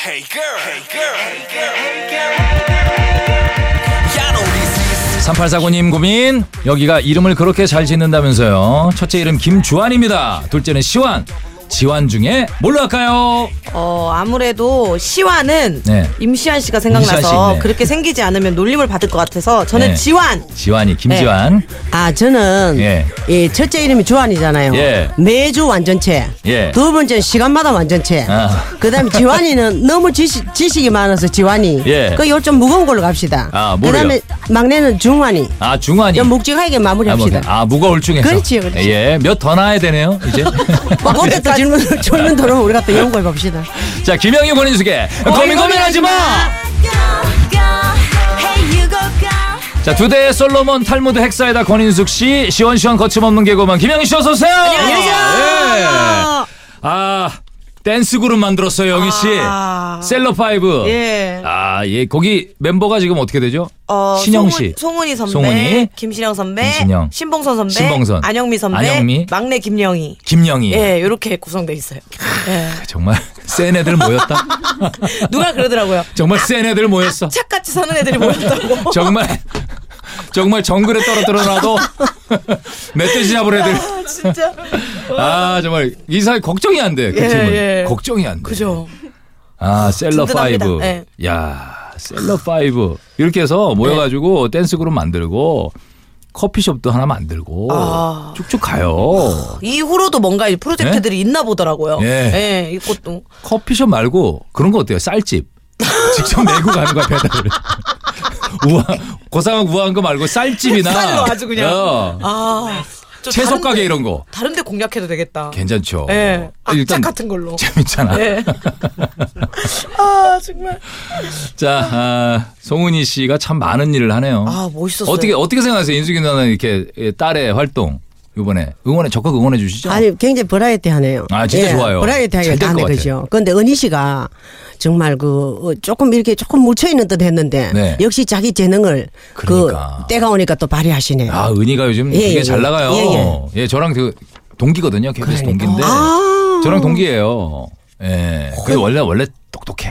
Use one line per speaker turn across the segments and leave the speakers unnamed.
Hey girl. Hey girl. Hey girl. Hey girl. 야, 너 우리
3849님 고민 여기가 이름을 그렇게 잘 짓는다면서요 첫째 이름 김주환입니다 둘째는 시환 지환 중에 뭘로 할까요
어, 아무래도 시완은
네.
임시완 씨가
임시완 씨,
생각나서
네.
그렇게 생기지 않으면 놀림을 받을 것 같아서 저는
네.
지완.
지환이 김지환
아 저는
예.
예. 첫째 이름이 주한이잖아요.
예.
매주 완전체.
예.
두 번째는 시간마다 완전체.
아.
그다음에 지환이는 너무 지식, 지식이 많아서 지환이.
예.
그 요 좀 무거운 걸로 갑시다.
아, 뭐래요?
그다음에 막내는 중환이.
아 중환이
좀 묵직하게
아, 뭐,
마무리합시다.
아 무거울 중에서
그렇지요, 그렇지요.
예몇 더 나야 되네요 이제
뭐 그때
아, 네.
또 질문 질문 들어오면 우리가 또 연구해 봅시다.
자 김영희 권인숙의 고민 고민하지 마.
Go, go, hey you go, go.
자, 두 대의 솔로몬 탈무드 헥사이다 권인숙 씨, 시원시원 거침없는 개그맨 김영희 씨 어서 오세요. 안녕하세요. 아, 댄스 그룹 만들었어요, 영희 씨. 셀러 파이브.
아. 예.
아, 예. 거기 member가 지금 어떻게 되죠?
어,
신영
송은-
씨.
송은이 선배,
송은이.
김신영 선배,
김신영.
신봉선 선배,
신봉선.
안영미 선배,
안영미.
막내 김영희.
김영희. 아,
예, 이렇게 구성돼 있어요. 예.
정말 센 애들 모였다.
누가 그러더라고요.
정말 센 애들 모였어.
착같이 사는 애들이 모였다고.
정말 정말 정글에 떨어뜨려놔도 멧돼지 잡을 애들.
아, 진짜.
아, 정말 이 사회 걱정이 안 돼. 그
예,
팀은.
예.
걱정이 안 돼.
그죠.
아 셀러
든든합니다.
파이브.
예.
야 셀러 파이브 이렇게 해서
예.
모여가지고 댄스 그룹 만들고 커피숍도 하나 만들고
아.
쭉쭉 가요.
이후로도 뭔가 이 프로젝트들이 있나 보더라고요.
네? 예.
예, 이것도.
커피숍 말고 그런 거 어때요? 쌀집 직접 내고 가는 거야 배달을. 우한 고상한 우한 거 말고 쌀집이나
쌀로 아주 그냥.
어,
아. 좀
채소 가게
다른데-
이런 거
다른데 공략해도 되겠다.
괜찮죠.
예.
아,
악착 같은 걸로.
재밌잖아.
예. 아, 정말.
자, 아, 송은희 씨가 참 많은 일을 하네요.
아, 멋있었어요.
어떻게 어떻게 생각하세요? 인숙이 누나는 이렇게 예, 딸의 활동 이번에 응원에 적극 응원해 주시죠.
아니 굉장히 버라이어티 하네요.
아, 진짜 좋아요.
버라이어티하게
잘될
다
것
네
같아요.
그죠. 근데 은희 씨가 정말 그 어, 조금 이렇게 조금 묻혀 있는 듯 했는데
네.
역시 자기 재능을 그
그러니까.
때가 오니까 또 발휘하시네요.
아, 은희가 요즘
예,
되게
예,
잘
예.
나가요. 예,
예, 그러니까.
저랑 그 동기거든요. KBS 동기인데
아.
저랑 동기예요. 예. 그 원래 원래 똑똑해.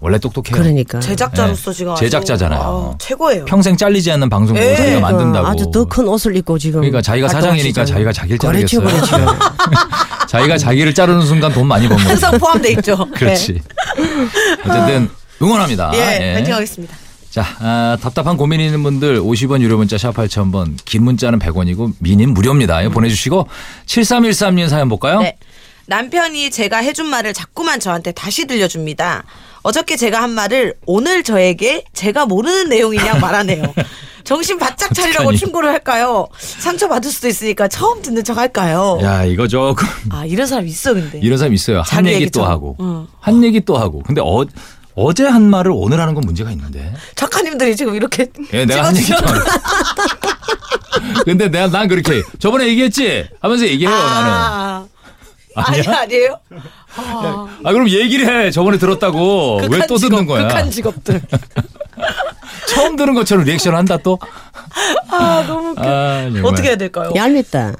원래 똑똑해요.
그러니까
제작자로서
예.
지금 아주-
제작자잖아요.
아, 최고예요.
평생 잘리지 않는 방송을
예.
자기가
그러니까
만든다고.
아주 더 큰 옷을 입고 지금
그러니까 자기가 사장이니까
활동하시잖아요.
자기가 자기를
그렇죠,
자르겠어요.
그렇죠.
자기가 자기를 자르는 순간 돈 많이 버는 거죠.
항상 포함돼 있죠.
그렇지. 아, 어쨌든 응원합니다.
예, 예, 파이팅하겠습니다.
자, 아, 답답한 고민이 있는 분들 50원 유료 문자 샵 8000번, 긴 문자는 100원이고 미니는 무료입니다. 이거 보내주시고 7313님 사연 볼까요?
네. 남편이 제가 해준 말을 자꾸만 저한테 다시 들려줍니다. 어저께 제가 한 말을 오늘 저에게 제가 모르는 내용이냐 말하네요. 정신 바짝 차리라고
어떡하니.
충고를 할까요? 상처받을 수도 있으니까 처음 듣는 척 할까요?
야, 이거 조금
아, 이런 사람 있어, 근데.
이런 사람 있어요. 한
자기
얘기 또
얘기처럼.
하고,
응.
한 얘기 또 하고. 근데 어, 어제 한 말을 오늘 하는 건 문제가 있는데.
작가님들이 지금 이렇게.
예, 내가 한 얘기 또 하고. 근데 내가 난 그렇게 저번에 얘기했지 하면서 얘기해요
아.
나는.
아니,
아니야?
아니에요?
아 그럼 얘기를 해. 저번에 들었다고 어, 왜
극한
또 듣는
직업,
거야?
극한 직업들.
처음 들은 것처럼 리액션 한다 또.
아, 너무 웃겨.
아, 정말.
어떻게 해야 될까요?
얄밉다.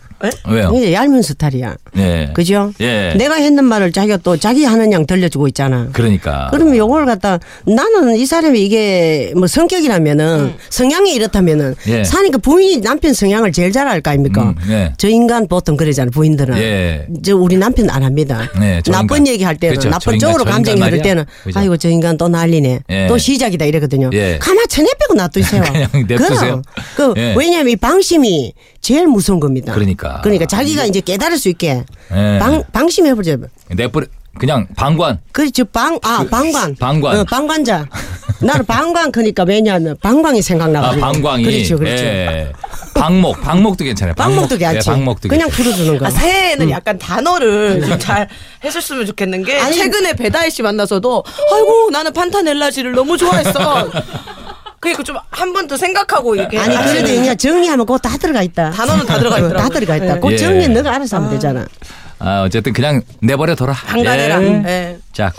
왜요?
이제 얄미운 스타일이야.
예. 어.
그죠?
예.
내가 했는 말을 자기가 또 자기 하는 양 들려주고 있잖아.
그러니까.
그러면 요걸 갖다 나는 이 사람이 이게 뭐 성격이라면은 성향이 이렇다면은
음. 예.
사니까 부인이 남편 성향을 제일 잘 알 거 아닙니까?
음, 예.
저 인간 보통 그러잖아요 부인들은.
예.
저 우리 남편 안 합니다.
네, 저
나쁜
인간.
얘기할 때는
그쵸, 저
나쁜
인간,
쪽으로
저
감정이
인간
흐를
말이야.
때는
그죠?
아이고 저 인간 또 난리네.
예.
또 시작이다 이러거든요.
예.
가만 천에 빼고 놔두세요.
그냥 냅두세요.
그럼. 그
예.
왜냐하면 이 방심이 제일 무서운 겁니다.
그러니까.
그러니까 자기가 이제 깨달을 수 있게
예.
방 방심해보자.
내버려 그냥 방관.
그렇죠. 방, 아, 방관.
방관.
어, 방관자. 나는 방관, 그러니까 왜냐하면 방광이
아,
생각나거든요.
방광이.
그렇죠, 그렇죠.
예. 방목, 방목도 괜찮아요.
방목도 괜찮지.
예, 방목도
그냥
괜찮아요.
풀어주는 거.
아, 새해에는
음.
약간 단어를 좀 잘 해줬으면 좋겠는 게
아니,
최근에 배다혜 씨 만나서도 아이고 나는 판타넬라지를 너무 좋아했어. 그러니까 좀 한 번 더 생각하고 이렇게
아니,
하시는
그래도 그냥 정리하면 그거 다 들어가 있다.
단어는 다 들어가 있더라고요.
다 들어가 있다.
예.
그 정리 너가 알아서 하면 되잖아.
아, 어쨌든 그냥 내버려둬라.
방관해라.
예.
예.
자,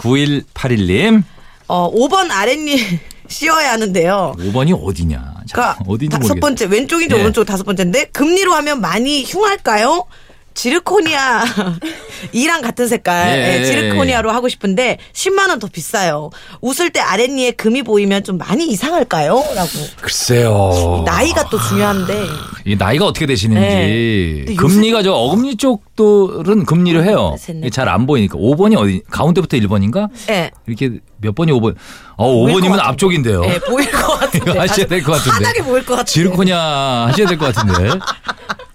9181님.
어, 5번 아랫니 씌워야 하는데요.
5번이 어디냐. 자,
그러니까
어딘지
다섯
모르겠어.
번째 왼쪽인지
예.
오른쪽 다섯 번째인데 금리로 하면 많이 흉할까요? 지르코니아 이랑 같은 색깔
예.
예, 지르코니아로 하고 싶은데 10만 원 더 비싸요. 웃을 때 아랫니에 금이 보이면 좀 많이 이상할까요?라고
글쎄요.
나이가 또 중요한데
이 나이가 어떻게 되시는지.
네. 근데 요새-
금리가 저 어금니 쪽들은 금리를 해요.
셋, 넷.
잘 안 보이니까. 5번이 어디, 가운데부터 1번인가?
예.
이렇게 몇 번이 5번. 어,
보일 것
5번이면
같은데.
앞쪽인데요.
예, 보일 것 같은데
아. 이거 하셔야 될 것 같은데.
화나게 보일 것 같은데
지르코냐 하셔야 될 것 같은데.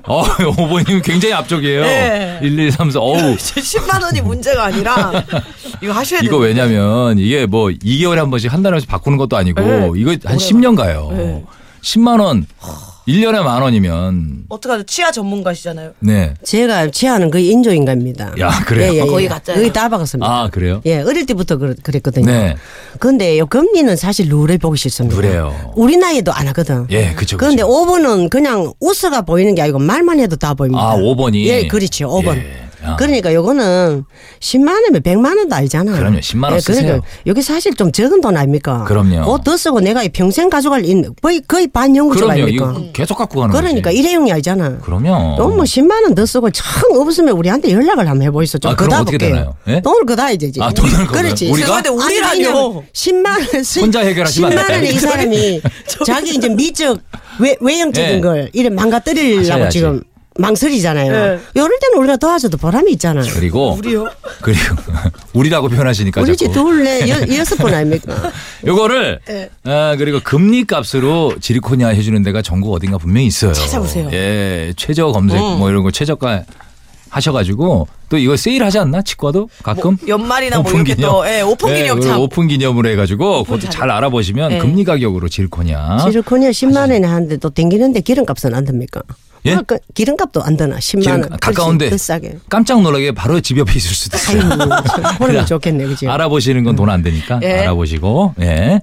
어, 5번이면 굉장히 앞쪽이에요.
네.
1, 2, 3, 4. 어우.
10만 원이 문제가 아니라 이거 하셔야 돼요.
이거 왜냐면 이게 뭐 2개월에 한 번씩 한 달씩 바꾸는 것도 아니고
네.
이거 한 10년 가요. 10만 원. 1년에 만 원이면
어떡하죠? 치아 전문가시잖아요.
네.
제가 취하는 거의 인조인간입니다. 예,
야, 그래요?
거의 같잖아요.
거의 다 박았습니다.
아, 그래요?
예, 어릴 때부터 그랬거든요
네.
근데 요 금리는 사실 룰에 보기 싫습니다.
누래요.
우리 나이도 안 하거든.
예, 그쵸, 그쵸.
근데 5번은 그냥 웃어가 보이는 게 아니고 말만 해도 다 보입니다.
아, 5번이?
예, 그렇죠. 5번.
예. 아.
그러니까 요거는 10만 원이면 100만 원도 아니잖아. 예,
그럼요.
그러니까
10만 원 쓰세요.
여기 사실 좀 적은 돈 아닙니까?
그럼요.
옷더 쓰고 내가 이 평생 가져갈 인- 거의 거의 반영구적
그럼요.
아닙니까?
이거 음. 계속 갖고 가는
그러니까
거지.
일회용이 아니잖아.
그럼요.
너무 10만 원 더 쓰고 참 없으면 우리한테 연락을 한번 해보이소. 좀
아, 그럼
걷어
어떻게
볼게요.
되나요? 예?
돈을 그다야 되지.
아, 돈을 걷어요?
그렇지.
우리가?
죄송한데 우리라뇨.
10만 원 쓰-
혼자 해결하시면 안
10만 원에
돼요.
이 사람이 자기 이제 미적 외, 외형적인
예.
걸 이래 망가뜨리려고
하셔야지.
지금 망설이잖아요.
예.
이럴 때는 우리가 도와줘도 보람이 있잖아.
그리고
우리요?
그리고 우리라고 표현하시니까 자꾸.
우리 집 둘레 여- 여섯 번 아닙니까?
요거를 아, 그리고 금리 값으로 지리코냐 해주는 데가 전국 어딘가 분명히 있어요.
찾아보세요.
예, 최저 검색 뭐 이런 거 최저가 하셔가지고 또 이거 세일하지 않나 치과도 가끔
뭐 연말이나 뭐 이렇게 또, 예, 오픈 기념 참.
오픈 기념으로 해가지고 그것도 잘 알아보시면
예.
금리 가격으로 지리코냐
지르코니아 10만 원에 하는데 또 댕기는데 기름값은 안 듭니까?
예?
아, 그 기름값도 안 드나? 10만 원.
지금 가까운데
더 싸게.
깜짝 놀라게 바로 집 옆에 있을 수도 있어요. 그러니까
보면 좋겠네, 그죠?
알아보시는 건 돈 안 되니까
예.
알아보시고 예.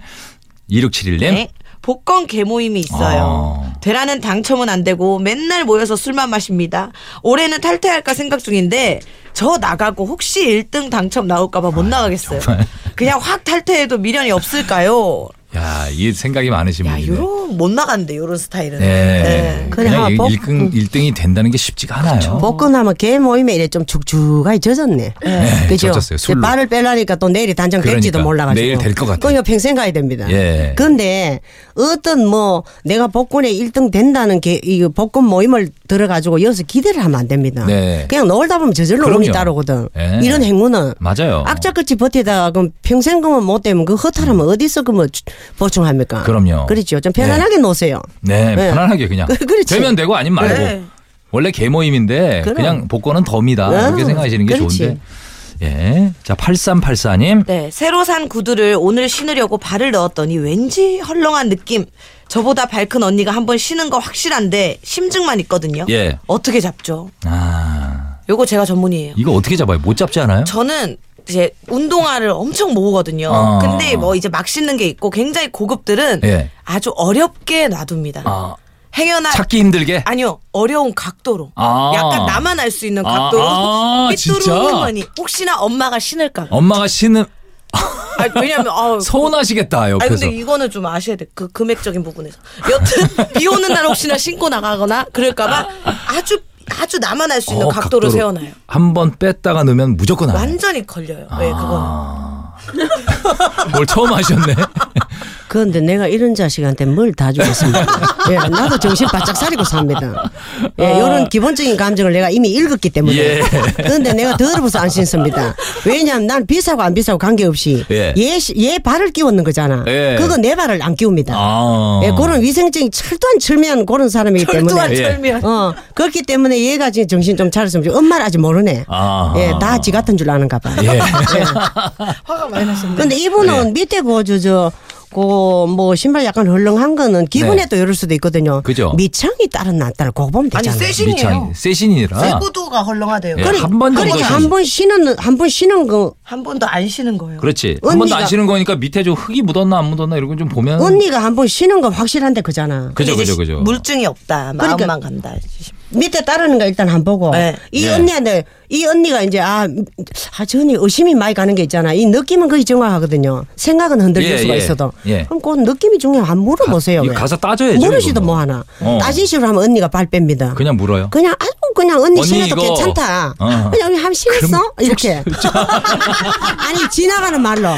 2671님
네. 복권 개모임이 있어요.
아.
되라는 당첨은 안 되고 맨날 모여서 술만 마십니다. 올해는 탈퇴할까 생각 중인데 저 나가고 혹시 1등 당첨 나올까봐 못 나가겠어요.
아, 정말.
그냥 확 탈퇴해도 미련이 없을까요?
야, 이 생각이 많으신
야,
분이네.
요런 못 나간대 요런 스타일은.
네.
그래,
그냥
아,
일
복-
1등, 일등이 된다는 게 쉽지가
그렇죠.
않아요.
뭐 복근하면 개 모임에 이래 좀 죽죽하게 젖었네. 그죠?
젖었어요,
이제
술로.
발을 빼려니까 또 내일이 단정 될지도
그러니까,
몰라가지고.
내일 될것 같아요.
그거 평생 가야 됩니다.
예.
근데 어떤 뭐 내가 복근에 1등 된다는 게 이 복근 모임을 들어가지고 여기서 기대를 하면 안 됩니다.
네.
그냥 놀다 보면 저절로
그럼요.
운이 따르거든.
예.
이런 행운은.
맞아요.
악자끝이 버티다가 그럼 평생 그만 못 되면 그 허탈하면 어디서 그뭐 보충합니까?
그럼요.
그렇죠. 좀 편안하게 노세요.
네,
네.
편안하게 그냥.
그- 그렇지.
되면 되고 아니면 말고.
네.
원래 개모임인데
그럼.
그냥 복권은 덤이다.
아,
이렇게 생각하시는 게
그렇지.
좋은데. 예. 자, 8384님.
네, 새로 산 구두를 오늘 신으려고 발을 넣었더니 왠지 헐렁한 느낌. 저보다 밝은 언니가 한번 신은 거 확실한데 심증만 있거든요.
예.
어떻게 잡죠?
아,
요거 제가 전문이에요.
이거 어떻게 잡아요? 못 잡지 않아요?
저는 이제 운동화를 엄청 모으거든요.
아.
근데 뭐 이제 막 신는 게 있고 굉장히 고급들은
예.
아주 어렵게 놔둡니다.
아,
행여나
찾기 힘들게.
아니요 어려운 각도로
아.
약간 나만 알 수 있는
아,
각도로
아, 진짜?
삐뚤어머니 혹시나 엄마가 신을까?
엄마가 신은
아, 왜냐면 아,
서운하시겠다
아니
옆에서.
근데 이거는 좀 아셔야 돼. 그 금액적인 부분에서. 여튼 비 오는 날 혹시나 신고 나가거나 그럴까 봐 아주 아주 나만 알 수 있는
어,
각도로, 세워놔요.
한번 뺐다가 넣으면 무조건 안 해.
완전히 걸려요. 예,
아.
그거.
뭘 처음 하셨네.
그런데 내가 이런 자식한테 뭘 다 주겠습니까? 예, 나도 정신 바짝 차리고 삽니다. 예, 이런 기본적인 감정을 내가 이미 읽었기 때문에.
어. 예.
그런데 내가 더러워서 안 신습니다. 왜냐하면 난 비싸고 안 비싸고 관계없이
예.
얘, 시- 얘 발을 끼우는 거잖아.
예.
그거 내 발을 안 끼웁니다.
아.
예, 그런 위생적인 철두한 철미한 그런 사람이기 때문에.
철두한
예.
철면.
어, 그렇기 때문에 얘가 지금 정신 좀 차렸으면 좋 엄마를 아직 모르네.
아.
예, 다 지 같은 줄 아는가 봐.
예.
화가 많이 나셨네.
근데 이분은 밑에 그저저 그뭐 신발 약간 헐렁한 거는 기분에
네.
또 이럴 수도 있거든요.
그죠.
미창이 따른 낫따라 그거 보면
아니
되잖아요.
세신이에요.
세신이라.
구두가 헐렁하대요.
아. 예, 한번 정도
그러니까
신으-
한 번 신은 한 번 신은 거
한 번도 안 신은 거예요.
그렇지. 한 번도 안
언니가-
쉬는 거니까 밑에 좀 흙이 묻었나 안 묻었나 이런 건 좀 보면.
언니가 한 번 신은 거 확실한데 그잖아.
그죠
근데 이제
그죠 그죠.
물증이 없다.
그러니까-
마음만 간다.
밑에 따르는 거 일단 한 보고
네.
이
네.
언니한테 이 언니가 이제 아, 아 전이 의심이 많이 가는 게 있잖아. 이 느낌은 거의 정확하거든요. 생각은 흔들릴
예,
수가
예.
있어도
예.
그럼 그 느낌이 중요해. 안 물어보세요.
가-
왜.
가서 따져야죠,
모르시도
이거는.
뭐 하나
어.
따진 식으로 하면 언니가 발 뺍니다.
그냥 물어요.
그냥 아주 그냥 언니
언니
신어도
이거.
괜찮다.
어.
그냥 우리 한번 신었어? 이렇게. 아니, 지나가는 말로.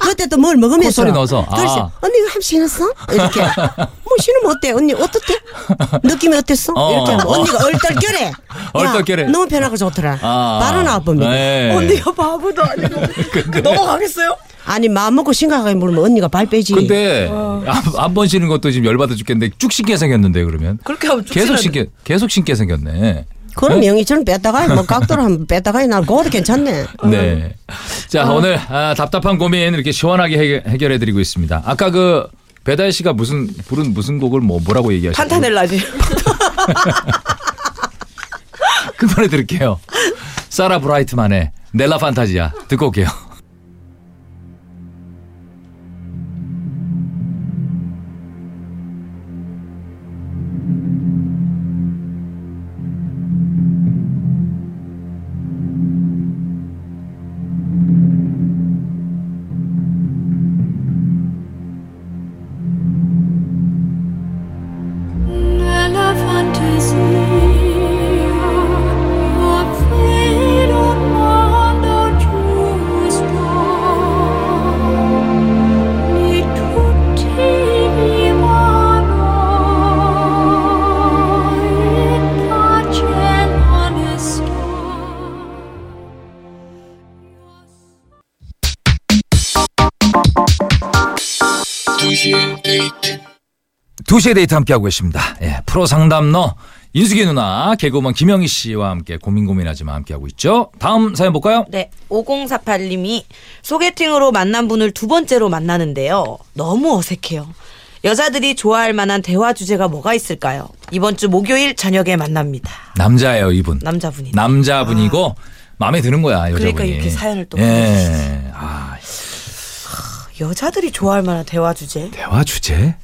그때 또 뭘 먹으면서.
콧소리 넣어서. 아.
그래서 언니 이거 한번 신었어? 이렇게. 뭐 신으면 어때? 언니 어떻대? 느낌이 어땠어?
어,
이렇게 하면
어.
언니가 얼떨결에. 야,
얼떨결에.
너무 편하고 좋더라.
아.
바로 나와봅니다.
네.
언니가 바보도 아니고 넘어가겠어요?
아니, 마음먹고 심각하게 물으면 언니가 발 빼지.
근데
어.
한 번 신은 것도 지금 열받아 죽겠는데 쭉 신게 생겼는데 그러면
그렇게 하면
계속
쭉
신게 계속 신게 생겼네.
그럼 영희처럼 뺐다가, 뭐, 각도로 한번 뺐다가, 나 그것도 괜찮네.
음.
네. 자 오늘 아, 답답한 고민 이렇게 시원하게 해결해 드리고 있습니다. 아까 그 배달 씨가 무슨 부른 무슨 곡을 뭐 뭐라고 얘기하셨죠?
판타넬라지.
그 노래 들을게요. 사라 브라이트만의 넬라 판타지야 듣고 올게요.
Nella fantasia, avvero un mondo giusto, di tutti vivono in pace e onestà.
두시에 데이트 함께하고 계십니다. 예, 프로 상담너 인숙이 누나 개그우먼 김영희 씨와 함께 고민 고민하지만 함께하고 있죠. 다음 사연 볼까요?
네, 5048님이 소개팅으로 만난 분을 두 번째로 만나는데요. 너무 어색해요. 여자들이 좋아할 만한 대화 주제가 뭐가 있을까요? 이번 주 목요일 저녁에 만납니다.
남자예요 이분.
남자분이. 아.
남자분이고 마음에 드는 거야 여자분이.
그러니까 이렇게 사연을 또
예. 아
여자들이 좋아할 만한 대화 주제?
대화 주제?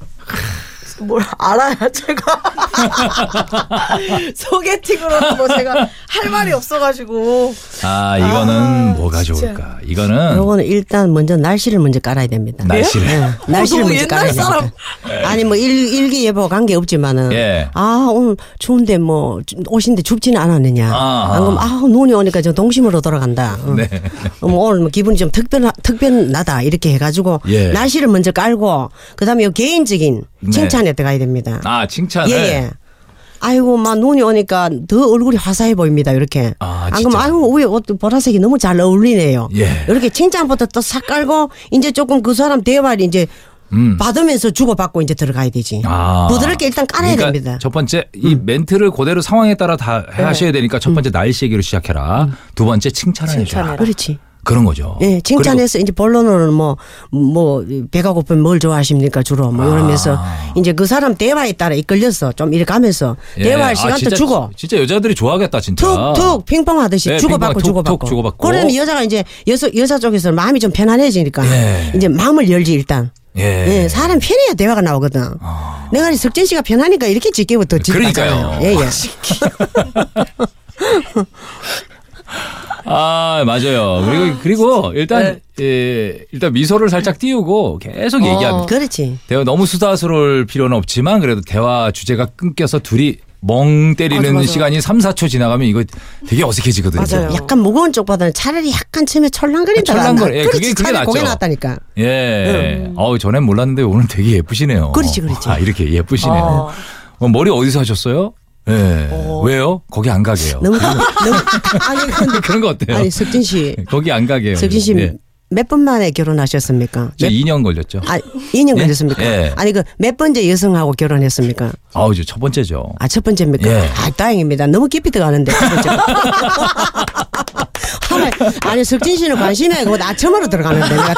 뭘 알아야 제가 소개팅으로는 뭐 제가 할 말이 없어가지고
아 이거는 뭐가 좋을까? 이거는
요거는 일단 먼저 날씨를 먼저 깔아야 됩니다.
날씨를.
예, 날씨를 먼저
너무 옛날
깔아야 됩니다.
사람.
아니 뭐 일, 일기예보 관계 없지만은
네. 예.
아 오늘 추운데 뭐 오신데 춥지는 않았느냐.
아.
안 그럼 아 눈이 오니까 저 동심으로 돌아간다. 응.
네.
음, 오늘 뭐 기분이 좀 특별 특별나다 이렇게 해가지고
예.
날씨를 먼저 깔고 그다음에 요 개인적인
네.
칭찬에 들어가야 됩니다.
아 칭찬을.
예, 예. 아이고, 막 눈이 오니까 더 얼굴이 화사해 보입니다. 이렇게.
아,
안
진짜.
그러면 아이고, 위에 옷 보라색이 너무 잘 어울리네요.
예.
이렇게 칭찬부터 또 싹 깔고 이제 조금 그 사람 대화를 이제 받으면서 주고받고 이제 들어가야 되지.
음. 아.
부드럽게 일단 깔아야
그러니까
됩니다. 음. 예.
첫 번째 이 멘트를 그대로 상황에 따라 다 하셔야 되니까 첫 번째 날씨 얘기로 시작해라. 두 번째 칭찬을 해줘라.
칭찬해라.
그렇지.
어, 그런 거죠.
음. 예, 칭찬해서 이제 본론으로는 뭐, 뭐, 배가 고프면 뭘 좋아하십니까, 주로. 뭐, 이러면서 이제 그 사람 대화에 따라 이끌려서 좀 이렇게 가면서
그리고- 예,
대화할
아,
시간도
진짜-
주고.
진짜 여자들이 좋아하겠다 진짜.
툭툭 핑퐁 하듯이
네,
주고받고
핑퐁,
주고받고.
툭, 주고받고.
그러면 여자가 이제 여서, 여자 쪽에서 마음이 좀 편안해지니까
예.
이제 마음을 열지 일단.
예.
예, 사람 편해야 대화가 나오거든. 내가 이 석진 씨가 편하니까 이렇게 짓기부터 짓잖아요.
아. 그러니까요.
예, 예.
아 맞아요. 그리고 그리고 일단 예, 일단 미소를 살짝 띄우고 계속
어,
얘기합니다.
그렇지.
대화 너무 수다스러울 필요는 없지만 그래도 대화 주제가 끊겨서 둘이 멍 때리는
맞아, 맞아.
시간이 3, 4초 지나가면 이거 되게 어색해지거든요.
맞아요.
약간 무거운 쪽보다는 차라리 약간 처음에 철랑거린다가
철랑거리-
안 나-
예,
그렇지,
그게- 그게
차라리
낫죠.
고개 나왔다니까. 음.
예. 어우, 전엔 몰랐는데 오늘 되게 예쁘시네요.
그렇지, 그렇지.
아, 이렇게 예쁘시네요.
어.
어, 머리 어디서 하셨어요? 예. 왜요? 거기 안 가게요.
너무, 너무 아니 근데
그런 거 어때요?
아니 석진 씨,
거기 안 가게요.
석진 씨
예.
몇 번 만에 결혼하셨습니까?
저
몇-
2년 걸렸죠.
아, 2년
예?
걸렸습니까?
예.
아니 그 몇 번째 여성하고 결혼했습니까?
아우, 이제 첫 번째죠.
아, 첫 번째입니까?
예.
아, 다행입니다. 너무 깊이 들어가는데. 첫 번째. 아니, 아니, 석진 씨는 관심이 아니고 나첨으로 들어가는데. 내가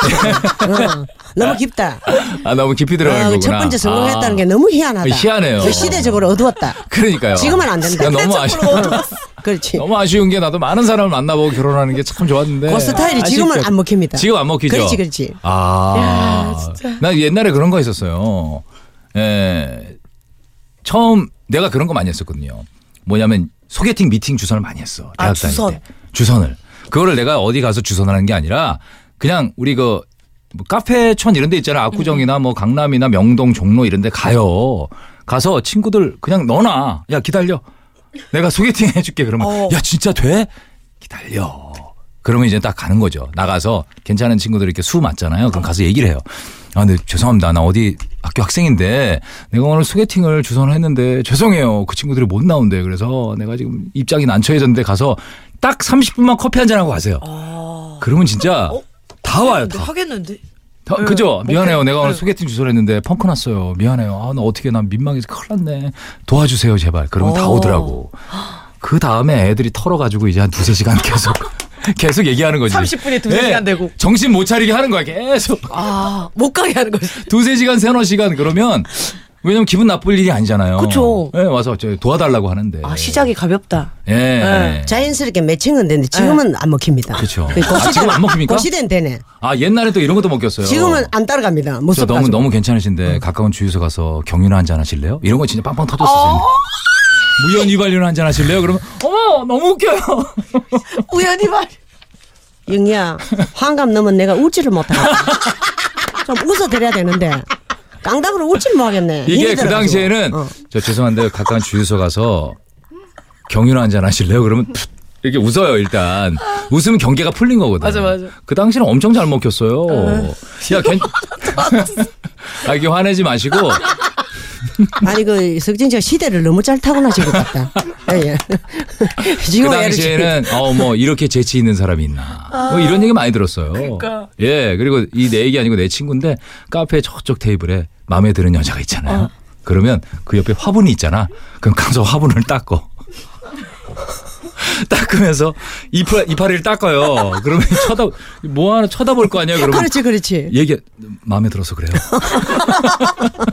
어, 너무 깊다.
아, 너무 깊이 들어가는
어,
거구나.
첫 번째 성공했다는
아.
게 너무 희한하다.
희한해요.
그 시대적으로 어두웠다.
그러니까요.
지금은 안 된다.
야, 너무 아쉬
그렇지.
너무 아쉬운 게 나도 많은 사람을 만나보고 결혼하는 게 참 좋았는데.
그 스타일이 지금은 안 먹힙니다.
지금 안 먹히죠.
그렇지, 그렇지.
아, 나 옛날에 그런 거 있었어요. 예, 처음 내가 그런 거 많이 했었거든요. 뭐냐면 소개팅 미팅 주선을 많이 했어. 대학
아,
다닐
주선.
때. 주선을. 그거를 내가 어디 가서 주선하는 게 아니라 그냥 우리 그뭐 카페촌 이런 데 있잖아. 압구정이나 뭐 강남이나 명동 종로 이런 데 가요. 가서 친구들 그냥 넣어놔. 야, 기다려. 내가 소개팅 해줄게 그러면
어.
야 진짜 돼? 기다려. 그러면 이제 딱 가는 거죠. 나가서 괜찮은 친구들 이렇게 수 맞잖아요. 그럼 가서 얘기를 해요. 아, 근데 죄송합니다. 나 어디 학교 학생인데 내가 오늘 소개팅을 주선을 했는데 죄송해요. 그 친구들이 못 나온대. 그래서 내가 지금 입장이 난처해졌는데 가서 딱 30분만 커피 한 잔하고 가세요. 그러면 진짜 다 와요.
근데
다.
하겠는데?
다- 그죠? 미안해요. 내가 오늘 소개팅 주소를 했는데 펑크 났어요. 미안해요. 아, 나 어떻게 난 민망해서 큰일 났네. 도와주세요, 제발. 그러면 다
어.
오더라고. 그 다음에 애들이 털어가지고 이제 한 두세 시간 계속, 계속 얘기하는 거지. 예.
30 분이 두세 시간 되고.
정신 못 차리게 하는 거야, 계속.
아, 못 가게 하는 거지.
두세 시간, 세너 시간 그러면 왜냐면 기분 나쁠 일이 아니잖아요.
그쵸.
예, 와서 저 도와달라고 하는데.
아, 시작이 가볍다.
예.
네.
어, 자연스럽게 매칭은 되는데 지금은 안 먹힙니다.
네. 그쵸.
그
아, 지금 안 먹힙니까?
고시대는 되네.
아, 옛날에 또 이런 것도 먹혔어요.
지금은 안 따라갑니다. 못
저
섞어가지고.
그렇죠. 너무 너무 괜찮으신데 가까운 주유소 가서 경유나 한잔 하실래요? 이런 거 진짜 빵빵 터졌었어요. 무연 이발유나 한잔 하실래요? 그러면 어머 너무 웃겨요.
우연히 말.
영희야 환감 넘은 내가 웃지를 못하겠다. 좀 웃어드려야 되는데 깡다구로 웃지 못하겠네.
이게
힘이
그
들어가지고.
당시에는
어.
저 죄송한데 가까운 주유소 가서 경유나 한잔 하실래요? 그러면 툭 이렇게 웃어요 일단 웃으면 경계가 풀린 거거든.
맞아, 맞아.
그 당시는 엄청 잘 먹혔어요. 야 괜. 아 이게 화내지 마시고
아니 그 석진 씨가 시대를 너무 잘 타고나신 것 같다. 예, 예.
그
지금 애를
당시에는 어 뭐 이렇게 재치 있는 사람이 있나 뭐 이런 얘기 많이 들었어요.
아. 그러니까.
예 그리고 이 내 얘기 아니고 내 친구인데 카페 저쪽 테이블에 마음에 드는 여자가 있잖아요.
어.
그러면 그 옆에 화분이 있잖아. 그럼 가서 화분을 닦고 닦으면서 이파 이파리를 닦아요. 그러면 쳐다 뭐 하나 쳐다볼 거 아니야.
지금-
그러면
그렇지 그렇지.
얘기 마음에 들어서 그래요.